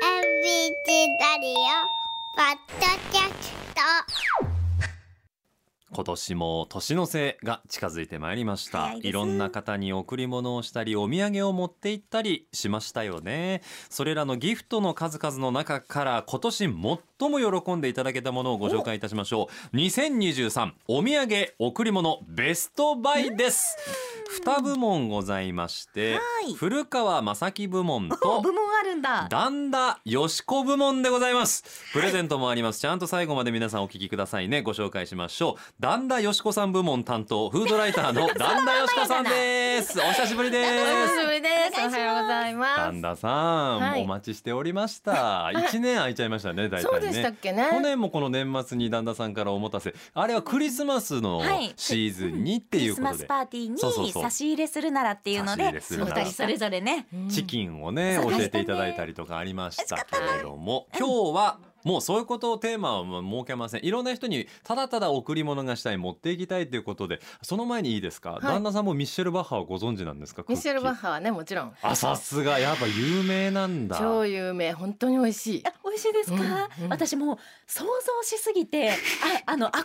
チラリオポッドキャスト今年も年の瀬が近づいてまいりました早いでいすろんな方に贈り物をしたりお土産を持って行ったりしましたよねそれらのギフトの数々の中から今年最も喜んでいただけたものをご紹介いたしましょう2023お土産贈り物ベストバイです2部門ございましてはい古川正樹部門おと部門あるんだ。段田よしこ部門でございますプレゼントもあります、ちゃんと最後まで皆さんお聞きくださいねご紹介しましょう段田よしこさん部門担当フードライター の段田よしこさんですお久しぶりでおす久しぶりです。おはようございま段田さん、はいお待ちしておりました一年空いちゃいましたね大体ねす。そうでしたっけ去ね。年もこの年末に旦那さんからお持たせあれはクリスマスのはいシーズンにってクいリうスこマとスで、パーティそうそうーにそう差し入れするならっていうの差しで入れするおなら二人それぞれねチキンをねそ教うえていただいたりとかありましたけれども今日はもうそういうことをテーマはもう設けませんいろんな人にただただ贈り物がしたい持っていきたいということでその前にいいですか、い旦那さんもミッシェル・バッハをご存知なんですかミシェルバッハハはねもちろんあさすがやっぱ有名なんだ超有名本当に美味しいあ。美味しいですか、うんうん私もう想像しすぎ てああの憧れが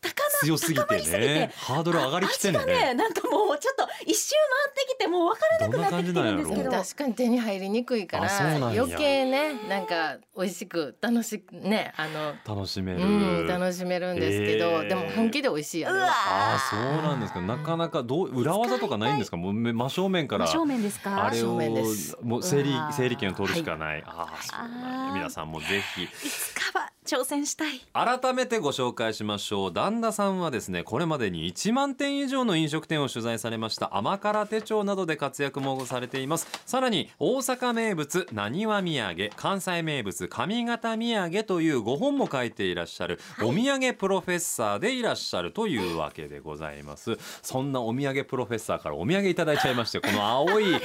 高な強すぎ高まてりすぎねてハードル上がりきて味んねがねなんかもうちょっと一周回ってきてもう分からなくなってきてるんですけどどんな確かに手に入りにくいかあそうらなんや余計ねなんか美味しく楽しくねあの楽しめる、うん楽しめるんですけへどーでも本気で美味しいやうねわああそうなんですかなかなかどう裏技とかないんですかもうめ真正面から真正面ですかあれを正面ですもう整理うわー整理券を取るしかない。ああそうなんあやー皆さんもぜひいつかは挑戦したい改めてご紹介しましょう。旦那さんはですねこれまでに1万店以上の飲食店を取材されました甘辛手帳などで活躍もされています。さらに大阪名物なにわ土産関西名物上方土産という5本も書いていらっしゃる、お土産プロフェッサーでいらっしゃるというわけでございます。そんなお土産プロフェッサーからお土産いただいちゃいま してこの青いイ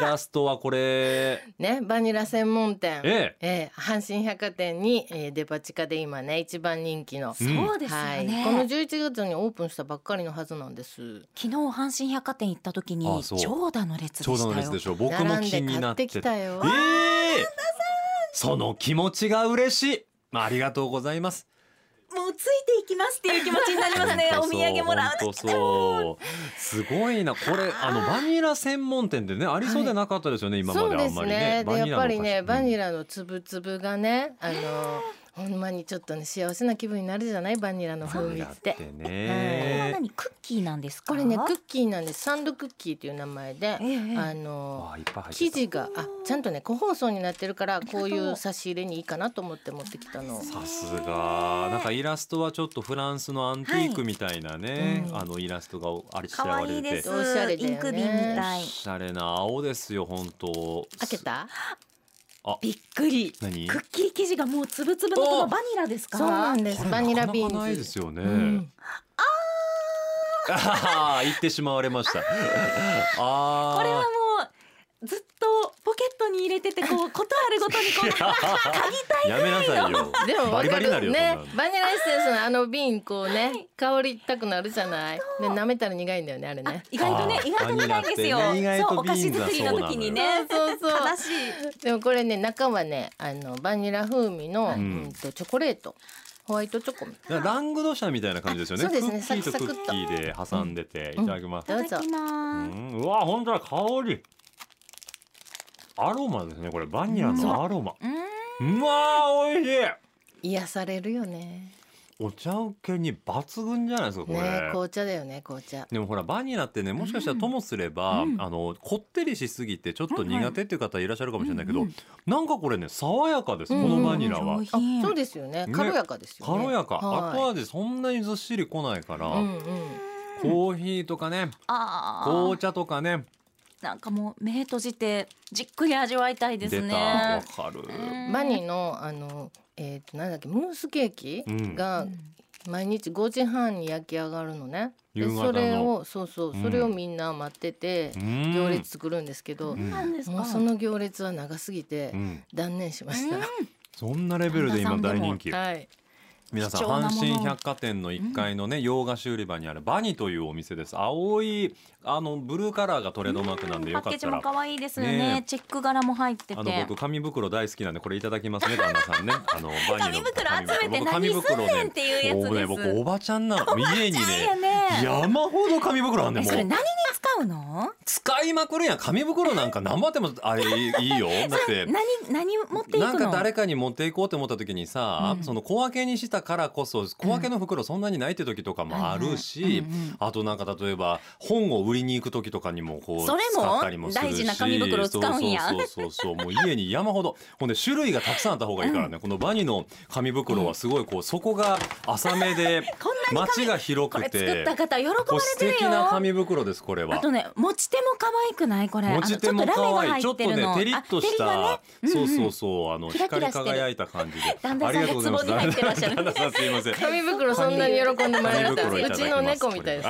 ラストはこれ。ねバニラ専門店えええ阪神百貨店にえーデパ地下で今ね一番人気のう。んそうですよね、この11月にオープンしたばっかりのはずなんです。昨日阪神百貨店行った時にあそう長蛇の列でちょうしどのた列でよしょう。僕も気になって並んで買ってきたよええその気持ちが嬉しい。まあ、ありがとうございます。もうついていきますっていう気持ちになりますねお本当土そう産もらうだけ本当そう。すごいな。これ、あの、バニラ専門店でね、ありそうでなかったですよね、今まであんまりね。そうですね。でやっぱりねバニララの粒々がね、あのほんまにちょっとね幸せな気分になるじゃないバニラののお菓子風うんバ味ニラっってて。これはね。何クッキーなんですかこれねクッキーなんですサンドクッキーっていう名前で、ええええあのわあいっぱい入って生た地があちゃんとね個包装になってるからりがとうこういう差し入れにいいかなと思って持ってきたの。さすがなんかイラストはちょっとフランスのアンティークみたいなね、はいあのイラストがあれし可わ愛れいてですておしゃれだよイねンク瓶みたいおしゃれな青ですよ本当開けた？びっくり何くっきり生地がもうつぶつぶのこのバニラですかそうなんでこすれバニラなかなかビーンズ。ないですよね、うんああ 言ってしまわれました。あこれはもあ。うずっとポケットに入れて てこうことあるごとにこう嗅ぎたいやめなさいよ。でもバリバリになるよ。ねそんなのバニラエッセンスのあの瓶こうね香りたくなるじゃない。で舐めたら苦いんだよねあれね。意外とねあー意外と長いんですよバニラってね意外とそうお菓ビー子ンズは作りの時にねそうそうそう悲しいでもこれね中はねあのバニラ風味の、ううんん、とチョコレートホワイトチョコみたいだからラングドシャみたいな感じですよね。あそうですクッキねーとサククサクッっとキーで挟んでて、いただきます。どうぞいただきうますん、うわ、本当だ、香り。アロマですね、これバニラのアロマ。うんうわー、美味しい。な癒されるよねお茶受けに抜群じゃないですか、これ。ね紅茶だよね紅茶でもほらバニラってねもしかしたらともすれば、うんあのこってりしすぎてちょっと苦手っていう方いらっしゃるかもしれないけど、うんうんなんかこれね爽やかです、うんこのバニラは上。あ品そうですよねね軽やかですよね軽やか、後は味そんなにずっしりこないから、いうんうんコーヒーとかねあ紅ー茶とかねなんかもう目閉じてじっくり味わいたいです出たねわかる、うんバニーのあのえっ、となんだっけムースケーキうんが毎日5時半に焼き上がるのね、夕で方のそれをそうそううんそれをみんな待っててうん行列作るんですけど、うんなんですもかうその行列は長すぎてうん断念しました、そんなレベルで今大人気はい皆さん貴重阪なもの神百貨店の1階のね、洋菓子売り場にあるバニというお店です青いあのブルーカラーがトレードマークなんでパよッかっケージたもら可愛いですよねねえチェック柄も入っててあの僕紙袋大好きなんでこれいただきますね旦那さんね あのバニ紙の袋集めて僕紙何すん袋ねんっねていうやつ僕ねです僕おばちゃんなの家にいいよねね山ほど紙袋あんねえんもそれう何に使うの使いまくるやん紙袋なんか何張ってもあれいいいい よだって何何持っていくのなんか誰かに持っていこうと思った時にさ、うんその小分けにしたからこそ小分けの袋そんなにないって時とかもあるし、はいはいうんうん あとなんか例えば本を売りに行く時とかにもこうそれも使ったりもするし大事な紙袋使うんやそうそうそうそうもう家に山ほどほんで種類がたくさんあった方がいいからね、このバニの紙袋はすごいこう底が浅めで こんなに街が広こくれ作ってた方喜ばれこう素てる敵なよ紙袋ですこれはあ。とね持ち手も可愛くないこれ持ち手もあのちょっと可ラメが愛いち入ょっってとるのねテリッとした、あテリがねそんうんそうそうあのキラキラ光してるり輝いた感じで旦那さんありがとうございます壺に入ってらっしゃる旦那さんすいません 紙袋そんなに喜んでもらえ紙たら袋いただうきますちの猫み たいです。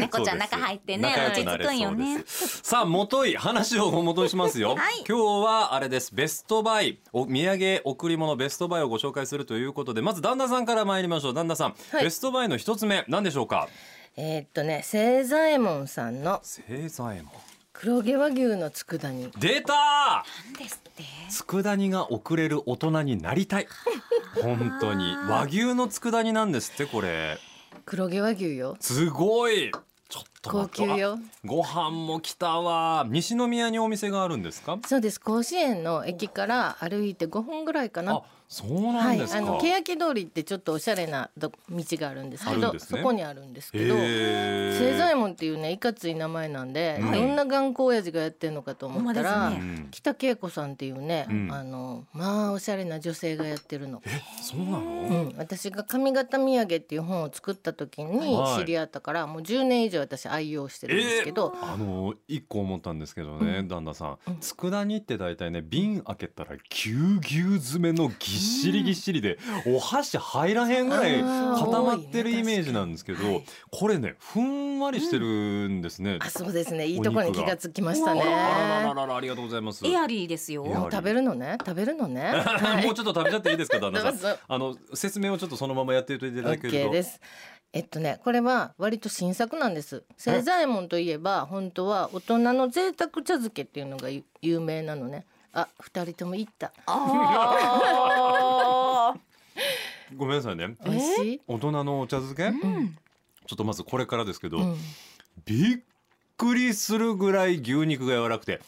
猫ちゃん中入ってねそうです落ち着くんよね。さあ、もとい、話を元にしますよ。はい今日はあれです。ベストバイ、お土産贈り物ベストバイをご紹介するということで、まず旦那さんから参りましょう。旦那さん、はいベストバイの一つ目、何でしょうか。えーっとね、清左衛門さんの正左衛門。黒毛和牛の佃煮。出たなんですって佃煮が遅れる大人になりたい。本当に和牛の佃煮なんですってこれ。黒毛和牛よ。すごい。ちょっと高待級って。あよ。ご飯も来たわ。西宮にお店があるんですか。そうです。甲子園の駅から歩いて5分ぐらいかなあ。、そうなはんい、ですか。あの欅通りってちょっとおしゃれなど道があるんですけあるんど、ですそねこにあるんですけど。へー清左衛門っていうねいかつい名前なんで、うんどんな頑固親父がやってるのかと思ったほんまら、うですねん北恵子さんっていうね、うんあのまあおしゃれな女性がやってるの。え、そうなの。うん、私が「髪型土産」っていう本を作った時にはい知り合ったから、もう10年以上私愛用してるんですけど、あの一個思ったんですけどね、旦那さん、佃煮って大体ね瓶開けたらぎゅうぎゅう詰めのぎっしりぎっしりで、お箸入らへんぐらいあー固まってるイメージなんですけど、はいこれねふんわりしてるんですね。あそうですねいいところに気がつきましあたねら。ららららありがとうございます。エアリーですよエアリー食べるのね食べる のね。はいもうちょっと食べちゃっていいですか旦那さんどうぞ。あの説明をちょっとそのままやっていていただけると。 OK です。えっとねこれは割と新作なんです清左衛門といえば本当は大人の贅沢茶漬けっていうのがゆ有名なのねあ二人とも行ったあごめんなさいね。美味しい、大人のお茶漬け、ーうんちょっとまずこれからですけど、うん、びっくりするぐらい牛肉が柔らくて、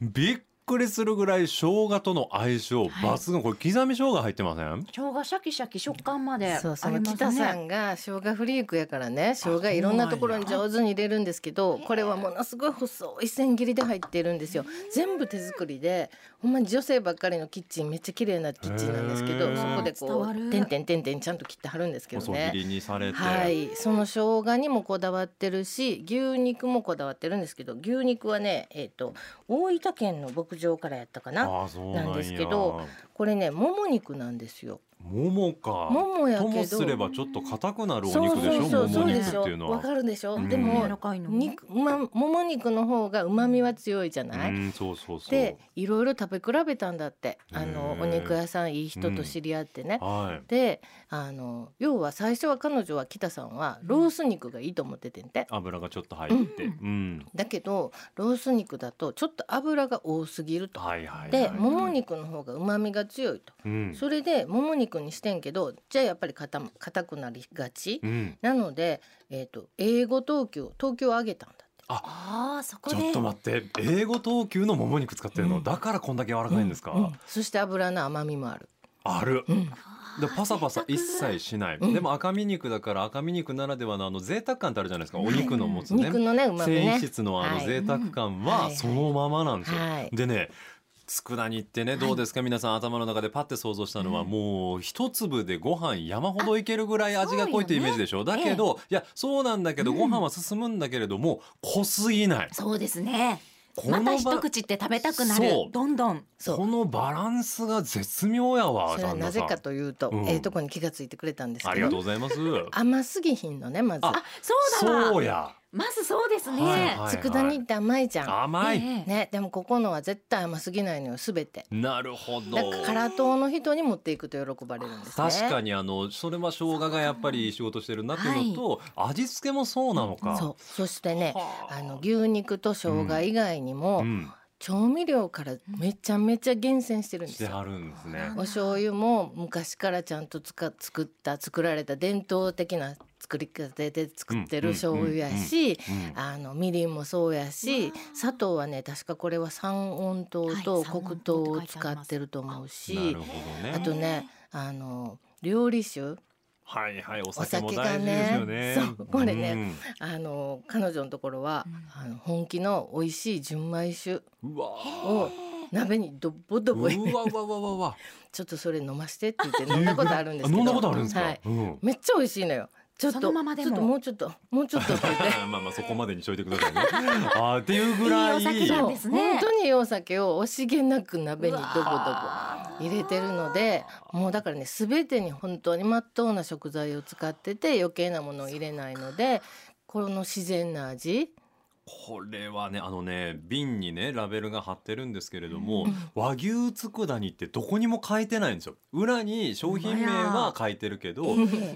びっくりするぐらい生姜との相性抜群、これ刻み生姜入ってません生姜シャキシャキ食感までそうそありうますね北さんが生姜フリークやからね生姜いろんなところに上手に入れるんですけどこれはものすごい細い千切りで入ってるんですよ全部手作りでほんまに女性ばっかりのキッチンめっちゃ綺麗なキッチンなんですけへどそーこで伝わこるうてんてんてんてんちゃんと切ってはるんですけど細ね。切りにされて、はい、その生姜にもこだわってるし牛肉もこだわってるんですけど牛肉はね、えー、と大分県の牧場からやったかなああそうなんやなんですけどこれねもも肉なんですよ。ももかももやけとどもすればちょっと硬くなるおそう肉でしそょうそうもそもう肉でっしてょいうのわはかるでしょ、うんで柔もらかいの肉、ま、もも肉の方がうまみは強いじゃない、うんそうそうそうでいろいろ食べ比べたんだってあのへーお肉屋さんいい人と知り合ってね、はいであの要は最初は彼女は北さんはロース肉がいいと思っててんて、油がちょっと入って、うんだけどロース肉だとちょっと油が多すぎると。はいはいではもも肉の方がうまみが強いと、い、うんそれでもも肉にしてんけどじゃあやっぱり硬も硬くなりがち、うん、なので、えー、と英語等級等級を上げたんだってあーそこちでょっと待って英語等級のもも肉使ってるの、うんだからこんだけ柔らかいんですか、ううそして油の甘みもある、あるうんでパサパサ一切しない、うんでも赤身肉だから赤身肉ならではのあの贅沢感ってあるじゃないですか、お肉の持つね肉のねうまみ繊維ね質のあはのい贅沢感うんはいははいそのままなんですよ、はいでね佃煮ってねどうですか、皆さん頭の中でパッて想像したのは、もう一粒でご飯山ほどいけるぐらい味が濃いってイメージでしょ、だけど、いやそうなんだけど、ご飯は進むんだけれども濃すぎないそうですねこまたば一口って食べたくなるそうどんどんそうこのバランスが絶妙やわそれは旦那なさぜんかというと、うんええとこに気がついてくれたんですあけりがとうごどざいます甘すぎひんのねまずあそうだわそうやまずそうですね、はいはい佃煮って甘いじゃん、甘い、ええね、でもここのは絶対甘すぎないのよすべてなるほどだから辛党の人に持っていくと喜ばれるんですね確かにあのそれは生姜がやっぱり仕事してるなっていうのと、味付けもそうなのか。そうそしてねはあの牛肉と生姜以外にも、うん、調味料からめちゃめちゃ厳選してるんでしすてよあるんですね。お醤油も昔からちゃんとつか作った作られた伝統的な作り方で作ってうるん醤油やうし、んあのみりんもそうやしわあ砂糖はね確かこれは三温糖はとい三黒温糖糖をって書いてあります使ってると思うし、なるほどね。あとねあの料理酒はいはいお酒もお酒が大事ねですよね。そうこれねうんあの彼女のところは、あの本気の美味しい純米酒うわを鍋にどっぼ どうぼ入れてわうわうわうわうわ。ちょっとそれ飲ましてって言って飲んだことあるんですけど飲んだことあるんですか。はい、うん。めっちゃ美味しいのよちょっとそのままでもちょっともうちょっともうちょっとって言って まあまあそこまでにしといてくださいね。あーっていうぐらい。 いいお酒なそんうですね本当にいいお酒を惜しげなく鍋にドボドボうわ入れてるのでもうだからね全てに本当にまっとうな食材を使ってて余計なものを入れないのでこの自然な味これはねあのね瓶にねラベルが貼ってるんですけれども、和牛佃煮ってどこにも書いてないんですよ裏に商品名は書いてるけ ど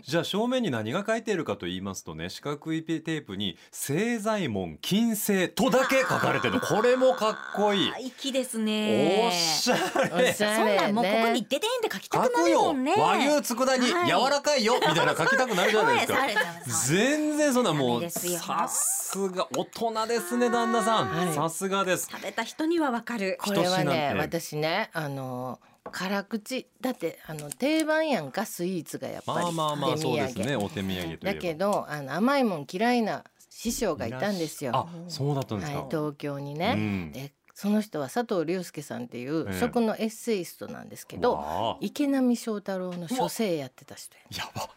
じゃあ正面に何が書いてるかと言いますとね四角いテープに「正左衛門金星」とだけ書かれ てるのこれもかっこいいあ。粋ですねおっしゃおれ しそゃんれなんもうここにねデデンって書きた書くなくるよもんね和牛佃煮、はい柔らかいよみたいな書きたくなるじゃないですか そう。ですそうです全然そんなもダメうですよさすが大人ですね旦那さはんいさすがです食べた人にはわかるこれは一品ねで私ねあの辛口だってあの定番やんかスイーツがやっぱりまあまあまあ手そ土う産ですねお手土産といだけえどあの甘いもん嫌いな師匠ばがいたんですよ。あはそうだったいんですか、東京にうね、んでその人は佐藤隆介さんっていうええ食のエッセイストなんですけうど、わあ池波正太郎の書生やってた人や。やば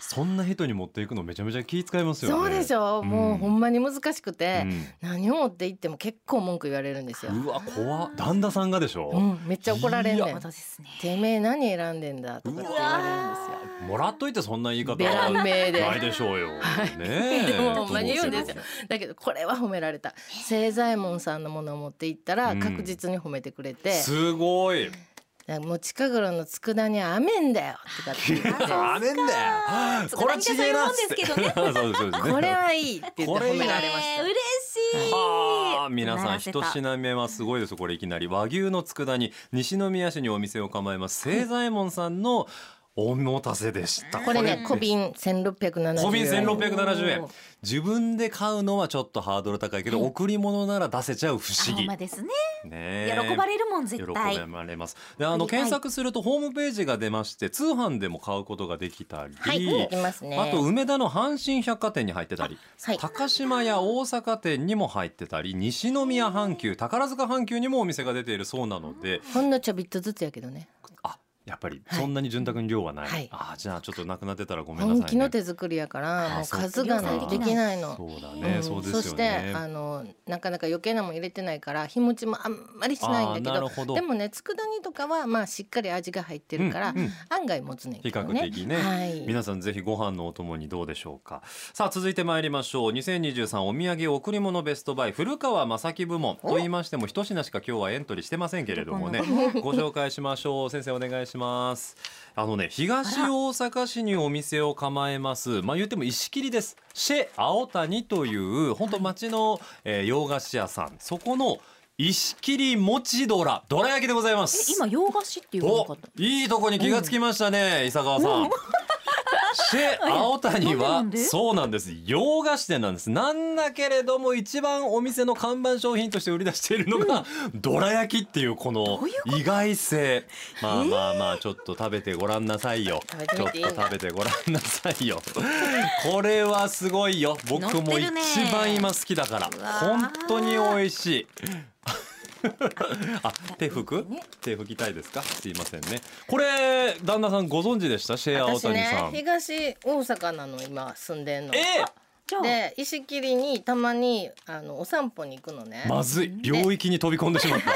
そんな人に持っていくのめちゃめちゃ気遣いますよねそうでしょ、うもうほんまに難しくて、う何を持って行っても結構文句言われるんですよ。ん、うわ怖っ旦那さんがでしょ、うん、めっちゃ怒られんね本ん当。ですねてめえ何選んでんだとかって言われるんですよ。もらっといてそんな言い方ベラン名でないでしょうよ、ねえで もほんまに言うんですよど だけどこれは褒められた清左衛門さんのものを持って行ったうらん確実に褒めてくれてす、ごいなんかもう近頃の佃煮は雨んだよとかって言ってあれんだよそうこれちげえなっそうついうってもんです そうですそうですねこれはいいって言ってこれいい褒められましたえー嬉しいはあ皆さん一品な目はすごいですこれいきなり和牛の佃煮西宮市にお店を構えます清左衛門さんのお持たせでしたこれねです小瓶1670円小瓶1670円おー自分で買うのはちょっとハードル高いけど、贈り物なら出せちゃう不思あほん議まですねねえ喜ばれるもん絶対喜ばれますであの検索するとホームページが出まして通販でも買うことができたり、はいいきますねあと梅田の阪神百貨店に入ってたり、はい高島屋大阪店にも入ってたり西宮阪急宝塚阪急にもお店が出ているそうなのでほんのちょびっとずつやけどねあやっぱりはいそんなに潤沢に量はない、はいあじゃあちょっとなくなってたらごめんなさい、ね、本気の手作りやからもう数があねそうかできないのそうだね、うんそうですそよしてねあのなかなか余計なもん入れてないから日持ちもあんまりしないんだあーなるけどほどでもね佃煮とかはまあしっかり味が入ってるから、うんうん案外持つねん比けど較ね的ね、はい、皆さんぜひご飯のお供にどうでしょうかさあ続いて参りましょう2023お土産贈り物ベストバイ古川正樹部門と言いましても一品しか今日はエントリーしてませんけれどもねご紹介しましょう先生お願いしますあのね東大阪市にお店を構えますまあ言っても石切りですシェ青谷という本当町の、えー洋菓子屋さんそこの石切り餅ドラどら焼きでございますえ今洋菓子っていうのかおといいとこに気がつきましたね、伊佐川さん。シェ青谷はなんでなんでそうなんです洋菓子店なんですなんだけれども一番お店の看板商品として売り出しているのが、どら焼きっていうこの意外性まあまあまあちょっと食べてごらんなさいよ食べてみていいちょっと食べてごらんなさいよこれはすごいよ僕乗っもて一るね番今好きだから、うわ本当に美味しいあ、手拭くね？手拭きたいですか？すいませんね。これ旦那さんご存知でした？シェア青私谷さねん。東大阪なの今住んでんの。えじゃあで石切りにたまにあのお散歩に行くのね ー、。まずい領域に飛び込んでしまった。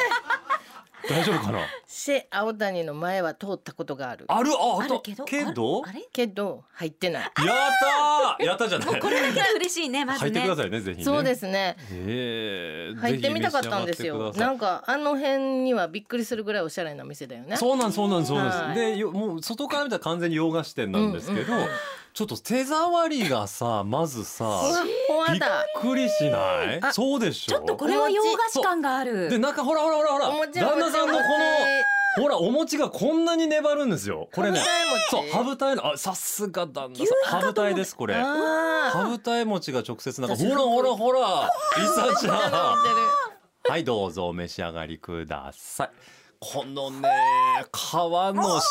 大丈夫かな。シェ青谷の前は通ったことがあるあるあああとるけどけどあれけど入ってないや ったーやったじゃない。あれこれだけは嬉しいねまず入ってねくださいねぜひね。。そうですすねええ入ってみたかったんですよなんかあの辺にはびっくりするぐらいおしゃれな店だよねそうなんそうなんそうなんはいです。でよもう外から見たら完全に洋菓子店なんですけどうんうんうん、ちょっと手触りがさまず ほわさほわびっだくりしない。あそうでしょ。ちょっとこれは洋菓子感があでる中ほらほらほらほらお餅旦那さんのこのお餅ほらお餅がこんなに粘るんですよ。これね。そうハブブタイのあさすが旦那さ牛んハブタイですこれ。ハあブタイ餅が直接なんかほ私らほらほらリサ ちーゃん。頼んでるはいどうぞお召し上がりくださいこのね皮のしっ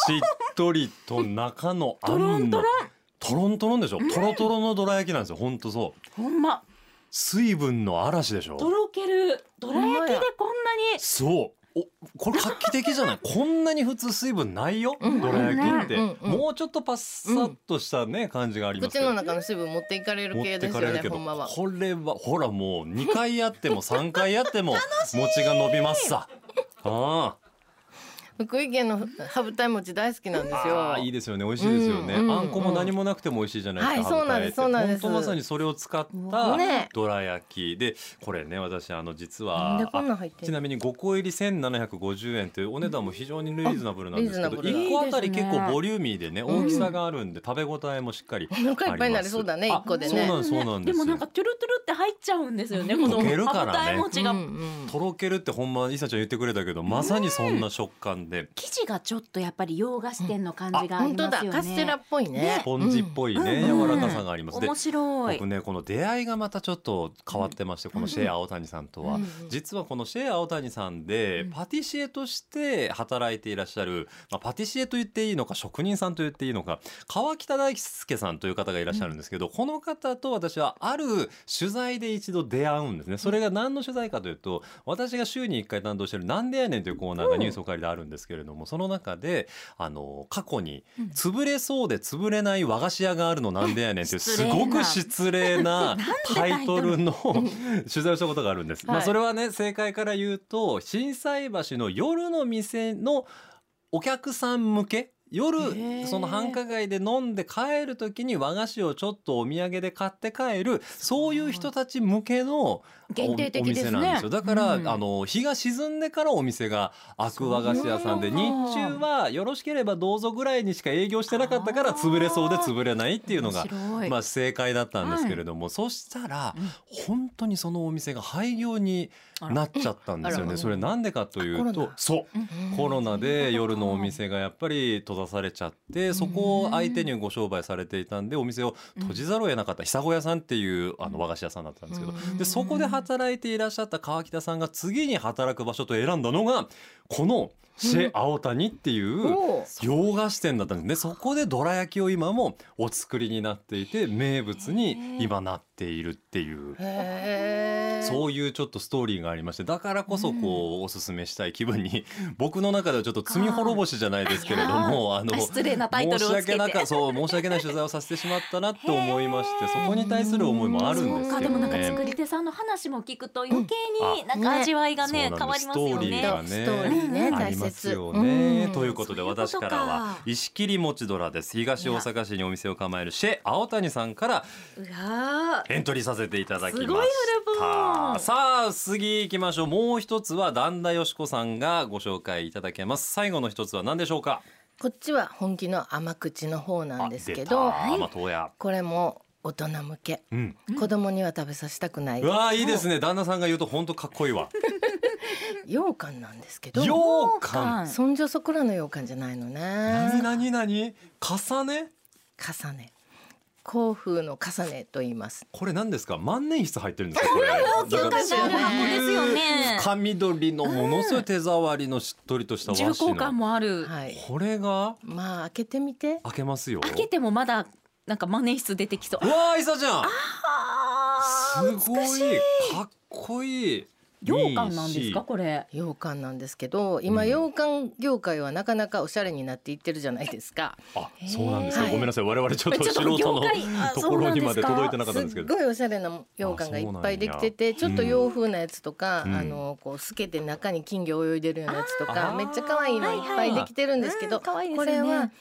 とりと中のあんのトロントロントロントロンでしょトロトロのどら焼きなんですよほんとそうほんま水分の嵐でしょとろけるどら焼きでこんなにそうおこれ画期的 じゃないこんなに普通水分ないようんどら焼きって、うんうんうんもうちょっとパッサッとしたね、感じがありますけ口どの中の水分持っていかれる持系っでてすかよれるねけほどんまはこれはほらもう2回やっても3回や っても餅が伸びますさああ福井県のハブタイ餅大好きなんですよあーいいですよね美味しいですよね、うんうんあんこも何もなくても美味しいじゃないですか、はいそうなんですそうなんです本当まさにそれを使ったねどら焼きでこれね私あの実なんはでこんなん入ってちんのなみに5個入り1750円というお値段も非常にリーズナブルなんですけあリどーズナブルだ1個あたり結構ボリューミーでねん大きさがあるんで食べ応えもしっかりありおます腹いっぱいになりそうだねあ一個でねそうなんですそうなんですもなんかトゥルトゥルって入っちゃうんですよねこの溶けるからねハブタイ餅が、うんうんとろけるってほんまいさちゃん言ってくれたけどまさにそんな食感で生地がちょっとやっぱり洋菓子店の感じがあり本当まだすよねカステラっぽいねスポンジっぽいねうん柔らかさがありますで面白い僕ねこの出会いがまたちょっと変わってましてこのシェア青谷さんとはうん実はこのシェア青谷さんでパティシエとして働いていらっしゃる、まあ、パティシエと言っていいのか職人さんと言っていいのか川北大輔さんという方がいらっしゃるんですけど、この方と私はある取材で一度出会うんですねそれが何の取材かというと私が週に1回担当してる「なんでやねん」というコーナーがニュースおかわりであるんですけれどもその中であの過去に潰れそうで潰れない和菓子屋があるのなんでやねんっていう失す礼なごく失礼なタイトルの取材をしたことがあるんです。まあはいそれはね正解から言うと心斎橋の夜の店のお客さん向けへ夜ーその繁華街で飲んで帰る時に和菓子をちょっとお土産で買って帰るそういう人たち向けの限定的ですねお店なんですよだから、うんあの日が沈んでからお店が開く和菓子屋さんでそう日中はよろしければどうぞぐらいにしか営業してなかったから潰れそうで潰れないっていうのが面白いまあ、正解だったんですけれども、そしたら、本当にそのお店が廃業になっちゃったんですよあらね。それなんでかというあコロとナ、そううん。コロナで夜のお店がやっぱり閉ざされちゃってそこを相手にご商売されていたんでお店を閉じざるを得なかった久子屋さんっていうあの和菓子屋さんだったんですけどうんでそこで働いていらっしゃった川北さんが次に働く場所と選んだのがこのシェ・青谷っていうおー洋菓子店だったんですねそこでどら焼きを今もお作りになっていて名物に今なっているっていう。へーそういうちょっとストーリーがありましてだからこそこうおすすめしたい気分に 僕の中ではちょっと罪滅ぼしじゃないですけれどもあの失礼なタイトルをつけ申して訳なかそう申し訳ない取材をさせてしまったなって思いましてへそーこに対する思いもあるんでそうすかけでどもなんか作ね。り手さんの話も聞くと余計にうんなんか味わいがねそう変なんわでりますよストーリーねがねストーリーねあ大り切ますよね。うんということでそういうこと私からはか石切り餅どらです東大阪市にお店を構えるシェ青谷さんからうわーエントリーさせていただきましすごいフルボた。ンさあ次行きましょう。もう一つは旦那よしこさんがご紹介いただけます。最後の一つは何でしょうか。こっちは本気の甘口の方なんですけあど出た甘党や。これも大人向けうん。子供には食べさせたくないうわあいいですね。旦那さんが言うと本当かっこいいわ。羊羹なんですけど羊羹。そんじょそこらの羊羹じゃないのね何何何重ね。重ね甲府の重ねと言いますこれ何ですか。万年筆入ってるんですかこれ。よくある箱ですよね深緑のものすごい手触りのしっとりとした和重厚紙感の。もあるはいこれがまあ開けてみて開けますよ。開けてもまだなんか万年筆出てきそううわあいさちゃん。あすごいかっこいい羊羹なんですかいいしこれ。羊羹なんですけど今、うん羊羹業界はなかなかおしゃれになっていってるじゃないですかあ、そうなんですか。はいごめんなさい。我々ちょっとちょっと素人の業界あところにまでそう届ないてなんですかかったんですけど。っごいおしゃれな羊羹がいっぱいできててあちそうなょっんやと洋風なやつとか、うんあのこう透けて中に金魚泳いでるようなやつとあかーめっちゃ可愛いのいっぱいできてるんですけど、うん可愛いですこよねれは、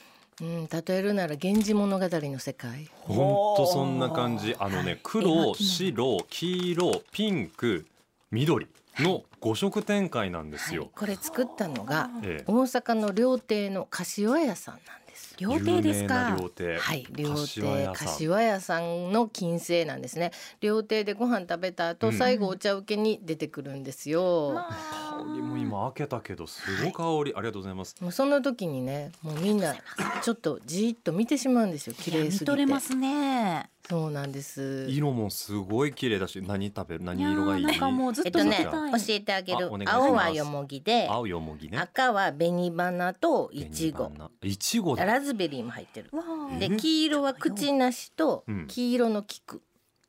うん、例えるなら「源氏物語」の世界。本当そんな感じ。あのね、黒、今着白、黄色、ピンク、緑の五色展開なんですよ。これ作ったのがええ大阪の料亭の柏屋さんなんです。料亭です有名かな。料亭。はい、料亭柏屋さん柏屋さんの金星なんですね。料亭でご飯食べた後、うん最後お茶受けに出てくるんですよ。まあ香りも今開けたけど、すごい香り。ありがとうございます。もうその時にねもうみんなちょっとじーっと見てしまうんですよ綺いや麗見すとぎれてますね。そうなんです色もすごい綺麗だし、何食べる、何色がいい。やーなんかもうずっえっとと見ねて教たい。えてあげあるお願いします青はよもぎで青よもぎね。赤は紅花といちご紅花。いちごだ。ラズベリーも入ってるわあでえ黄色は口なしとうん黄色の菊、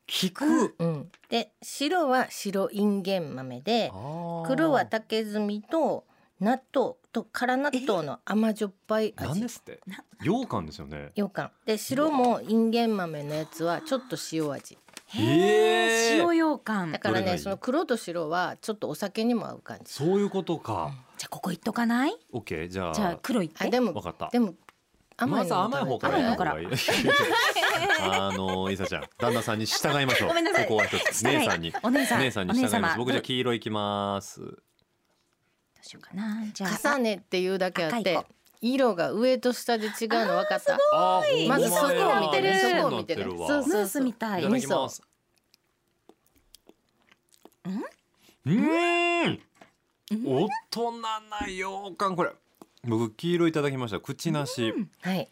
菊。うん、で白は白インゲン豆で黒黒は竹炭と納豆と辛納豆の甘じょっぱいなん味ですって。羊羹ですよね。ようかんで白もインゲン豆のやつはちょっと塩味えーへー塩羊羹。だからどれがねいいその黒と白はちょっとお酒にも合う感じそういうことか。じゃあここ行っとかない？オッケー、じゃあ。じゃあ黒いって。あでわもかった。でもま甘いずのも甘い方から甘いやのった方がいい。 あの伊佐ちゃん、旦那さんに従いましょう。ごめんなさいここは一つ姉さんに。お姉さん。姉さんに従いお姉ま様す。僕じゃあど黄色いきます。うしようかな。じゃあ重ねっていうだけあっ赤いて子色が上と下で違うの分かったあー、まほんずそこだを見てる味噌そになこをっ見ててるるわ。そうムースみたいいた。だきます。うん。うん。大人な羊羹これ。僕黄色いただきました。口なし。はい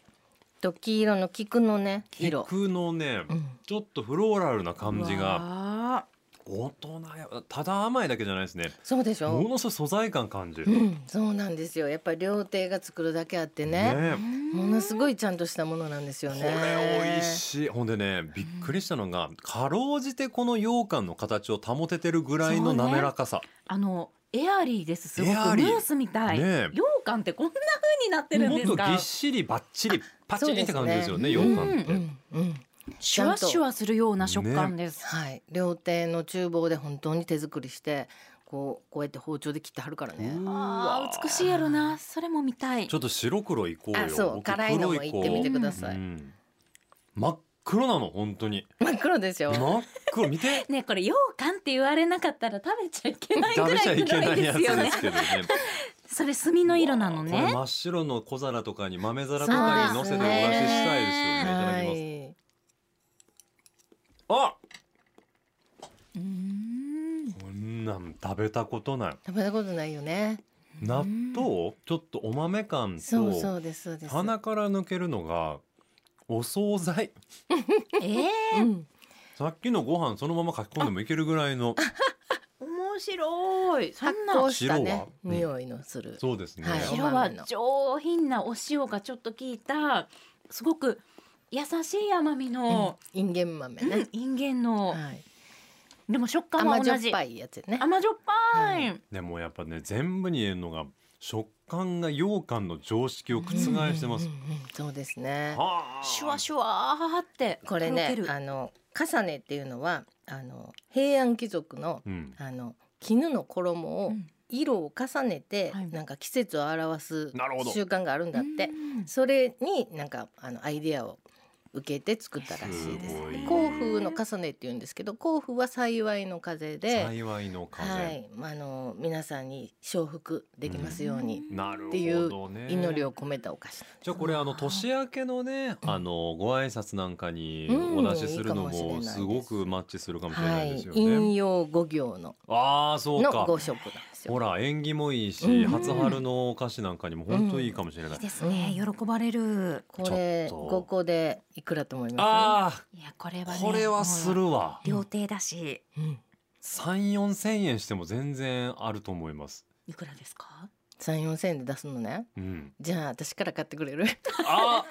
と黄色の菊のね色菊のねう、んちょっとフローラルな感じが。が。大人や。ただ甘いだけじゃないですね。そうでしもょのすごい素材感感じるう。んそうなんですよやっぱり料亭が作るだけあってねねものすごいちゃんとしたものなんですよこねれ美味しいほんでねびっくりしたのがかろうじてこの羊羹の形を保ててるぐらいのそうね滑らかさ、あのエアリーですすごくエムアリーースみたい。ねえ羊羹ってこんな風になってるんもっですとか。ぎっしりばっちりパチリって感じですよねそう羊ですね羹って、うんうんシュワシュワするような食感です。はい、料亭の厨房で本当に手作りしてこうこうやって包丁で切ってはるからねう。わああ美しいやろな。それも見たい。ちょっと白黒いこうよあ、そう僕辛いのも黒行こっうてみてくださうい。ん真っ黒なの本当に真っ黒ですよ。真っ黒見てねえこれ羊羹って言われなかったら食べちゃいけないぐ食べちらゃいいけ黒ないいでやつすよでねす。けどねそれ炭の色なのこれね。真っ白の小皿とかに豆皿とかに乗せてお出ししたいですよねいただはきます、い。あうーんこんなん食べたことない食べたことないよね。納豆ちょっとお豆感そうそとうですそうです。鼻から抜けるのがお惣菜ええうん。さっきのご飯そのまま書き込んでもいけるぐらいの面白い。そ発んな酵したね白はね匂いのする。そうですね、はい白は上品なお塩がちょっと効いたすごく優しい甘みの、うんインゲン豆うんね。インゲンの、はい。でも食感は甘じょ同っじぱいやつね。甘じょっぱい、でもやっぱね全部に言えるのが食感が羊羹の常識を覆してます、うんうんうんうん。そうですね。はあシュワシュワーってこれとろけねるあの重ねっていうのはあの平安貴族のうん、あの絹の衣を、うん色を重ねて、はいなんか季節を表すなるほど習慣があるんだってうんそれになんかあのアイデアを受けて作ったらしいですすごいね甲府の重ねって言うんですけど甲府は幸いの風で、幸いの風、はい、まああの皆さんに承服できますように、なるっていほうどね祈りを込めたお菓子じゃあこれあの年明けのねあのご挨拶なんかにお出しするのうんいいかもしれないもですすごくマッチするかもしれはないいですよね。引用五行のああそうのか。五色なんですほよ。ら縁起もいいし、うん初春のお菓子なんかにも本当いいかもしれない。いいですね喜ばれるこれちょっと五個でいくらと思いまあいやこれはあねこれはするわ。料亭だしす？うん三四千円しても全然あると思います。いくらですか三四千円で出すのね。うん。じゃあ私から買ってくれる？ ああ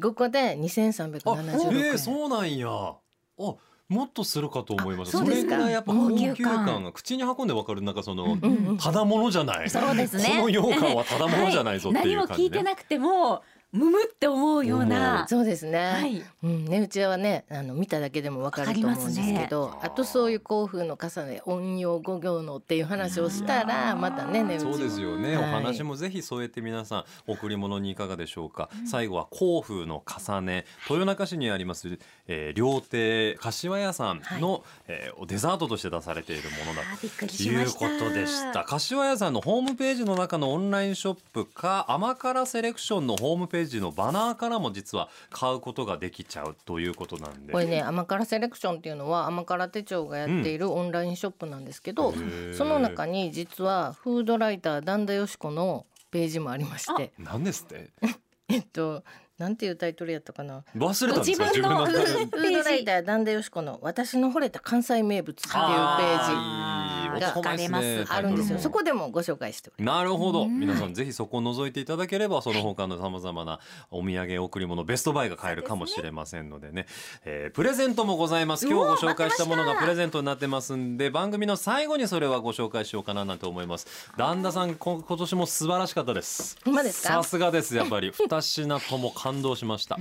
5個で2376あ円。え ー、そうなんや。あもっとするかと思いましたあそそうれですぐからいやっぱ高級高級感感が口に運んでわかるなんかその、うんうんうんただものじゃないそうですね この羊羹はただものじゃないぞって何いうも感聞じいね、てなくてもむむって思うような。そうですね。はい。うん、値打ちはね、あの見ただけでもわかると思うんですけど、わかりますねあとそういう甲府の重ね、音用五行のっていう話をしたら、またね、値打ちそもうですよね、はいお話もぜひ添えて皆さん贈り物にいかがでしょうか、最後は甲府の重ね豊中市にあります、えー、料亭柏屋さんの、えーデザートとして出されているものだあびっくりとしいまうした。ことでした柏屋さんのホームページの中のオンラインショップか甘辛セレクションのホームページのバナーからも実は買うことができちゃうということなんでこれね甘辛セレクションっていうのは甘辛手帳がやっているオンラインショップなんですけど、へえその中に実はフードライター段田よし子のページもありまして何ですってえっとなんていうタイトルやったかな忘れたんですかご自分自分ののフページーフードライター段田よし子の「私の惚れた関西名物」っていうペあージー男前ですねわかりますあるんでタイトルすよもそこでもご紹介しておりますなるほど、うん皆さんぜひそこを覗いていただければその他のさまざまなお土産贈り物ベストバイが買えるかもしれませんのでねえープレゼントもございます今日ご紹介したものがプレゼントになってますんで番組の最後にそれはご紹介しようかななんて思います旦那さんこ今年も素晴らしかったですほんまですかさすがですやっ ぱり二品とも感動しました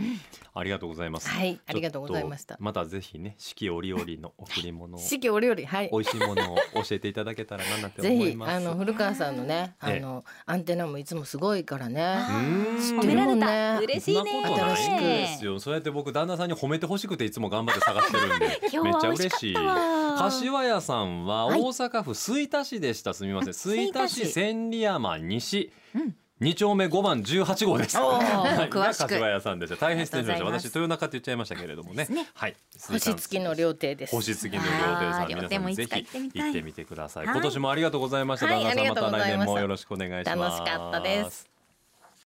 ありがとうございますはいありがとうございましちょたっとまたぜひね四季折々の贈り物を四季折々はい 美味しいものを教えていただけたらななんてぜ思いひますあの古川さんのねあええのアンテナもいつもすごいからねうーん褒められでもた。ね嬉しいね。、そんなことないん新ですよ。そうやって僕旦那さんに褒めてほしくていつも頑張って探してるんで 今めっ日ちゃ嬉は美味ししいかっ。たわ。柏屋さんははい大阪府吹田市でした。すみません。吹吹田田市市千里山西うん。二丁目五番十八号です。おーはい詳しくが柏屋さんでした。大変失礼しました。あ私りがとうございます豊中って言っちゃいましたけれどもねそうですね。はい。星付きの料亭です星付きの料亭さんあー皆料亭さもんいぜつかひ行ってみたい行ってみてください。はい今年もありがとうございました。はい旦那さんありがとうまごたざいま来す年もよろしくお願いします。楽しかったです。